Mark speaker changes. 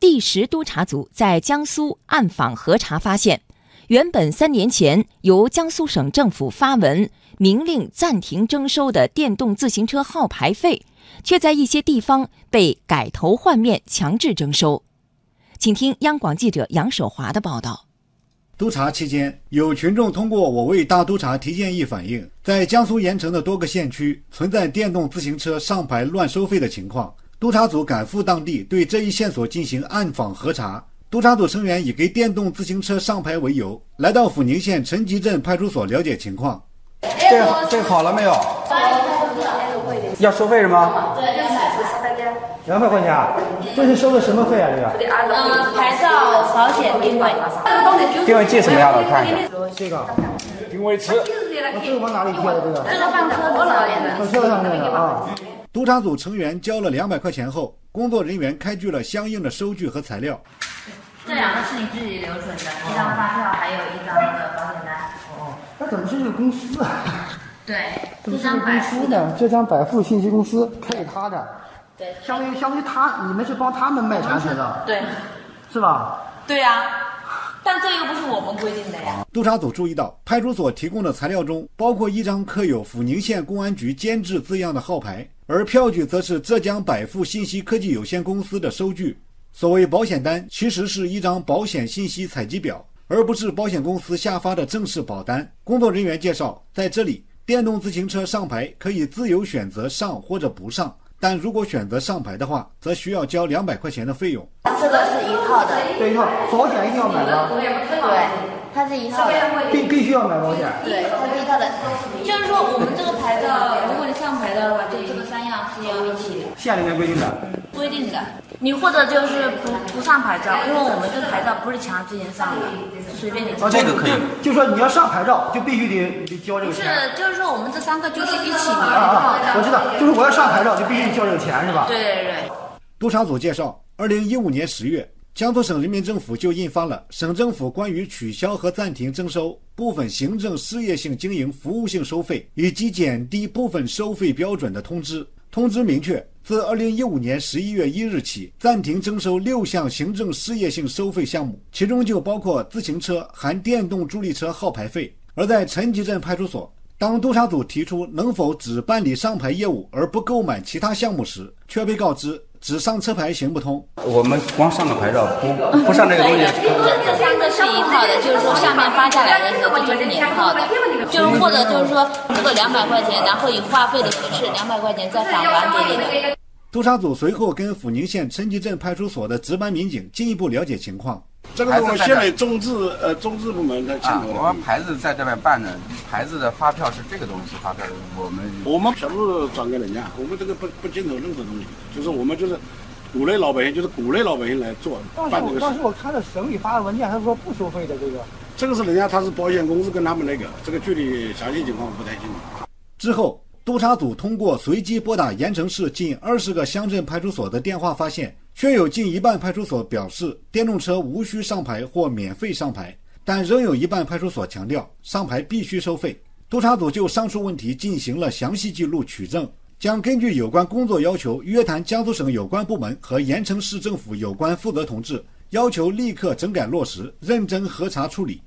Speaker 1: 第十督察组在江苏暗访核查发现，原本三年前由江苏省政府发文明令暂停征收的电动自行车号牌费，却在一些地方被改头换面强制征收。请听央广记者杨守华的报道。
Speaker 2: 督查期间，有群众通过“我为大督查”提建议反映，在江苏盐城的多个县区存在电动自行车上牌乱收费的情况。督察组赶赴当地，对这一线索进行暗访核查。督察组成员以给电动自行车上牌为由，来到抚宁县陈集镇派出所了解情况。
Speaker 3: 这这好了没有？要收费是吗？
Speaker 4: 对，要买不是大家。
Speaker 3: 两百块钱啊？这是收的什么费啊？这个？
Speaker 4: 嗯，牌照、保险、定位。
Speaker 3: 定位器什么样的？看一下。这个
Speaker 5: 定位器。
Speaker 3: 那这个啊往哪里贴的？这个？
Speaker 4: 这个放车子上面的。
Speaker 3: 放车子上面的啊。
Speaker 2: 督察组成员交了两百块钱后，工作人员开具了相应的收据和材料。
Speaker 4: 这两个是你自己留存的，一张发票，还有一张那个保险单。
Speaker 3: 哦，那怎么是这个公司啊？
Speaker 4: 对，
Speaker 3: 怎么是这个公司呢？浙江百富信息公司开给他的。
Speaker 4: 对，
Speaker 3: 相当于相当于他，你们是帮他们卖茶去的，
Speaker 4: 对，
Speaker 3: 是吧？
Speaker 4: 对呀、啊，但这又不是我们规定的呀。
Speaker 2: 督察组注意到，派出所提供的材料中包括一张刻有抚宁县公安局监制字样的号牌，而票据则是浙江百富信息科技有限公司的收据。所谓保险单，其实是一张保险信息采集表，而不是保险公司下发的正式保单。工作人员介绍，在这里，电动自行车上牌可以自由选择上或者不上。但如果选择上牌的话，则需要交两百块钱的费用。
Speaker 6: 这个是一套的，
Speaker 3: 对一套保险一定要买吗？
Speaker 6: 对，它是一套的，
Speaker 3: 必必须要买保险。
Speaker 6: 对，它是一套的。
Speaker 4: 就是说，我们这个牌照，如果你上牌的话，就这个三样是要一起的。
Speaker 3: 县里面规定的。
Speaker 4: 规定的，你或者就是不不上牌照，因为我们这个牌照不是强制性上的，随便你。
Speaker 3: 啊，
Speaker 7: 这个可以。
Speaker 3: 就说你要上牌照，就必须得得交这个
Speaker 4: 是
Speaker 3: 钱。，
Speaker 4: 就是说我们这三个就是一起
Speaker 3: 啊啊，我知道，就是我要上牌照，就必须得交这个钱，是吧？
Speaker 4: 对对对。
Speaker 2: 督察组介绍，二零一五年十月，江苏省人民政府就印发了《省政府关于取消和暂停征收部分行政事业性经营服务性收费以及减低部分收费标准的通知》。通知明确，自二零一五年十一月一日起，暂停征收六项行政事业性收费项目，其中就包括自行车（含电动助力车号牌费）。而在陈集镇派出所，当督察组提出能否只办理上牌业务而不购买其他项目时，却被告知只上车牌行不通。
Speaker 7: 我们光上个牌照， 不不上这个东西。
Speaker 4: 这三个是一套的，就是说下面发下来的时候就是你一套的，就是或者就是说这个两百块钱，然后以话费的形式两百块钱再返还给你的。
Speaker 2: 督察组随后跟抚宁县陈集镇派出所的值班民警进一步了解情况。
Speaker 8: 这个是我们县委综治呃综治部门的牵
Speaker 7: 啊，
Speaker 8: 头
Speaker 7: 我
Speaker 8: 的
Speaker 7: 们。牌子在这边办的，牌子的发票是这个东西发票，我们
Speaker 8: 我们全部转给人家，我们这个不不牵扯任何东西，就是我们就是鼓励老百姓，就是鼓励老百姓来做
Speaker 3: 当时
Speaker 8: 办这
Speaker 3: 我
Speaker 8: 个
Speaker 3: 当
Speaker 8: 事
Speaker 3: 时。我看到省里发的文件，他说不收费的这个。
Speaker 8: 这个是人家他是保险公司跟他们那个，这个具体详细情况我不太清楚。
Speaker 2: 之后，督察组通过随机拨打盐城市近二十个乡镇派出所的电话，发现确有近一半派出所表示电动车无需上牌或免费上牌，但仍有一半派出所强调上牌必须收费。督察组就上述问题进行了详细记录取证，将根据有关工作要求约谈江苏省有关部门和盐城市政府有关负责同志，要求立刻整改落实，认真核查处理。